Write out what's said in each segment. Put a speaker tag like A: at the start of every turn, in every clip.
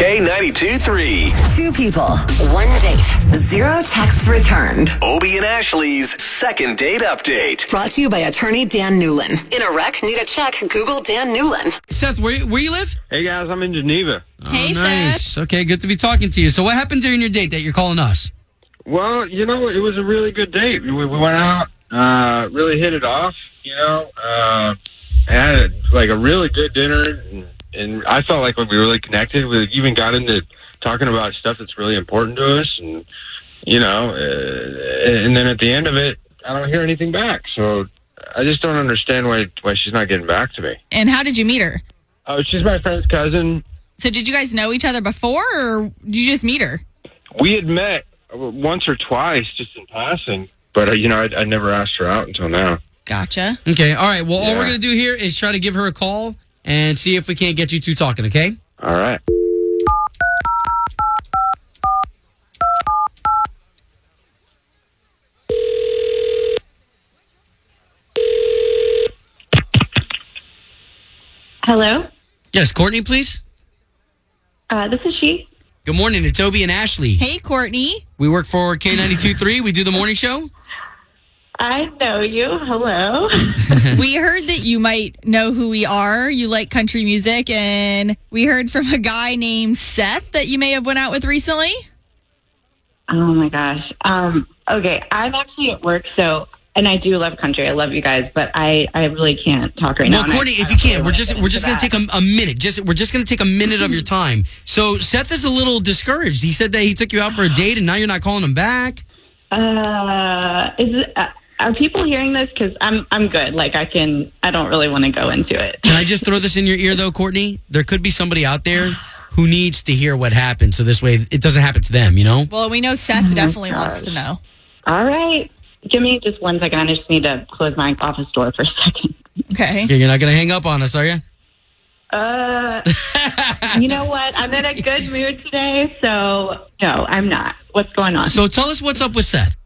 A: K92 3.
B: Two people, one date, zero texts returned.
A: Obie and Ashley's second date update.
B: Brought to you by attorney Dan Newlin. In a wreck, need a check, Google Dan Newlin.
C: Seth, where, where you live?
D: Hey guys, I'm in Geneva.
E: Hey,
C: Oh, nice.
E: Seth.
C: Okay, good to be talking to you. So, what happened during your date that you're calling us?
D: Well, you know, it was a really good date. We, we went out, uh, really hit it off. You know, uh, had like a really good dinner, and, and I felt like we really connected. We even got into talking about stuff that's really important to us, and you know, uh, and then at the end of it, I don't hear anything back. So I just don't understand why why she's not getting back to me.
E: And how did you meet her?
D: Oh, she's my friend's cousin.
E: So did you guys know each other before, or did you just meet her?
D: we had met once or twice just in passing, but uh, you know, I, I never asked her out until now.
E: Gotcha.
C: Okay, all right. Well, all we're
D: Yeah.
C: gonna do here is try to give her a call and see if we can't get you two talking. Okay?
D: All right.
F: Hello,
C: Yes, Courtney, please.
F: uh, this is she.
C: Good morning. It's Toby and Ashley.
E: Hey, Courtney.
C: We work for K92.3. We do the morning show.
F: I know you. Hello.
E: we heard that you might know who we are. You like country music, and we heard from a guy named Seth that you may have went out with recently.
F: oh my gosh. Um, okay, I'm actually at work, so and I do love country. I love you guys, but I I really can't talk right now.
C: Well,
F: and I-
C: Courtney,
F: I
C: if you
F: don't really
C: can, we're
F: wanna
C: just
F: get
C: we're just
F: into
C: gonna
F: that.
C: take a, a minute. Just we're just gonna take a minute of your time. So Seth is a little discouraged. He said that he took you out for a date, and now you're not calling him back.
F: Uh, is it, uh, are people hearing this? Because I'm I'm good. Like I can. I don't really want to go into it.
C: Can I just throw this in your ear though, Courtney? There could be somebody out there who needs to hear what happened, so this way it doesn't happen to them. You know?
E: Well, we know Seth definitely wants to know.
F: All right, give me just one second. I just need to close my office door for a second.
E: Okay.
C: Okay, You're not gonna hang up on us, are you?
F: Uh, you know what? I'm in a good mood today, so no, I'm not. What's going on?
C: So tell us what's up with Seth.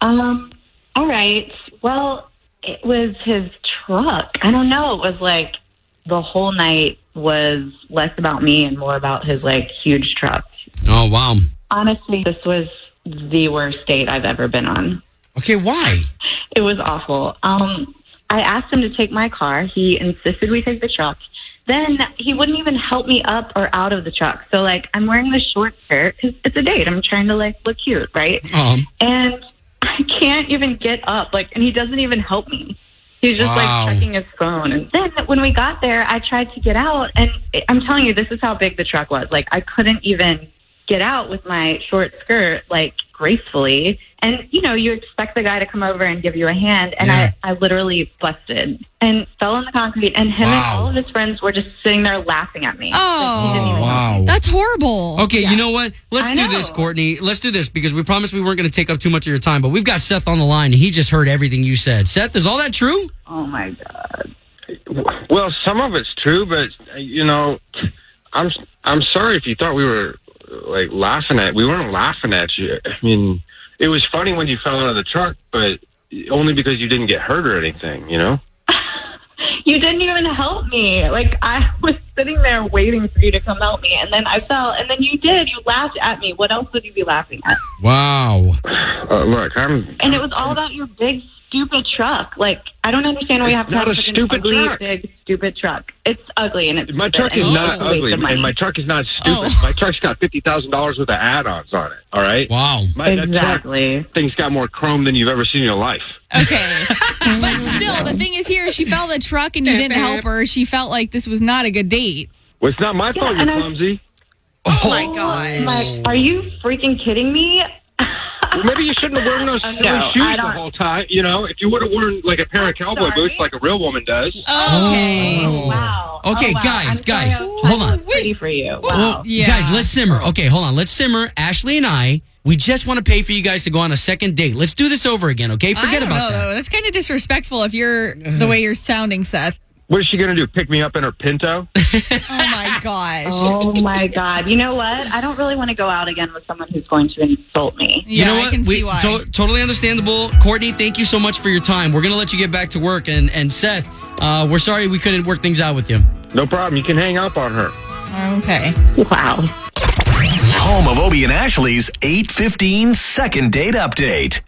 F: Um, all right. Well, it was his truck. I don't know. It was like the whole night was less about me and more about his like huge truck.
C: Oh wow.
F: Honestly, this was the worst date I've ever been on.
C: Okay, why?
F: It was awful. Um, I asked him to take my car. He insisted we take the truck. Then he wouldn't even help me up or out of the truck. So like, I'm wearing this short skirt 'cause it's a date. I'm trying to like look cute, right?
C: Um,
F: and I can't even get up. Like, and he doesn't even help me. He's just
C: Wow.
F: like checking his phone. And then when we got there, I tried to get out, and I- I'm telling you, this is how big the truck was. Like, I couldn't even get out with my short skirt, like gracefully. And you know, you expect the guy to come over and give you a hand, and
C: Yeah.
F: I, I literally busted and fell on the concrete. And him and
C: Wow.
F: all of his friends were just sitting there laughing at me.
E: Oh,
C: wow.
E: that's horrible.
C: Okay, you know what? Let's
F: I
C: do
F: know.
C: this, Courtney. Let's do this because we promised we weren't going to take up too much of your time, but we've got Seth on the line and he just heard everything you said. Seth, is all that true?
F: Oh my god!
D: Well, some of it's true, but uh, you know, I'm I'm sorry if you thought we were uh, like laughing at. We weren't laughing at you. I mean, it was funny when you fell out of the truck, but only because you didn't get hurt or anything. You know.
F: you didn't even help me. Like I was sitting there waiting for you to come help me, and then I fell, and then you did. You laughed at me. What else would you be laughing at?
C: Wow.
D: Uh, look, I'm
F: And it was all about your big stupid truck. Like I don't understand why you have to
D: Not
F: have
D: a
F: such an
D: stupid
F: ugly,
D: truck.
F: big stupid truck. It's ugly and it's
D: my truck is
F: stupid, and
D: not
F: it's a waste
D: ugly,
F: of money.
D: and my truck is not stupid.
E: Oh.
D: My truck's got fifty thousand dollars worth of add-ons on it. All right.
C: Wow.
D: My, that truck
F: exactly.
D: thing's got more chrome than you've ever seen in your life.
E: Okay. but still, the thing is here, she fell the truck and you didn't help her. She felt like this was not a good date.
D: Well, it's not my fault you're
F: and I-
D: clumsy.
E: Oh, my gosh.
F: Like, are you freaking kidding me?
D: Well, maybe you shouldn't have worn those
F: Oh,
D: silly
F: no,
D: shoes
F: I
D: the
F: don't-
D: whole time. You know, if you would have worn like a pair of cowboy
F: sorry.
D: boots like a real woman does.
E: Okay.
C: Oh. oh,
F: Wow.
C: Okay,
F: Oh, wow.
C: guys,
F: I'm sorry,
C: guys,
F: I was
C: hold on.
F: Pretty for you.
C: Well,
F: Wow.
E: Yeah.
C: Guys, let's simmer. Okay, hold on. Let's simmer. Ashley and I, we just want to pay for you guys to go on a second date. Let's do this over again, okay? Forget
E: I don't
C: about
E: know,
C: that.
E: though. That's kind of disrespectful if you're the way you're sounding, Seth.
D: What is she going to do? Pick me up in her Pinto?
E: Oh my gosh.
F: Oh my God! You know what? I don't really want to go out again with someone who's going to insult me.
E: Yeah,
C: you know
E: I
C: what?
E: can
C: we,
E: see why.
C: to- totally understandable. Courtney, thank you so much for your time. We're going to let you get back to work. And, and Seth, uh, we're sorry we couldn't work things out with you.
D: No problem. You can hang up on her.
E: Oh, okay.
F: Wow.
A: Home of Obie and Ashley's 815 second date update.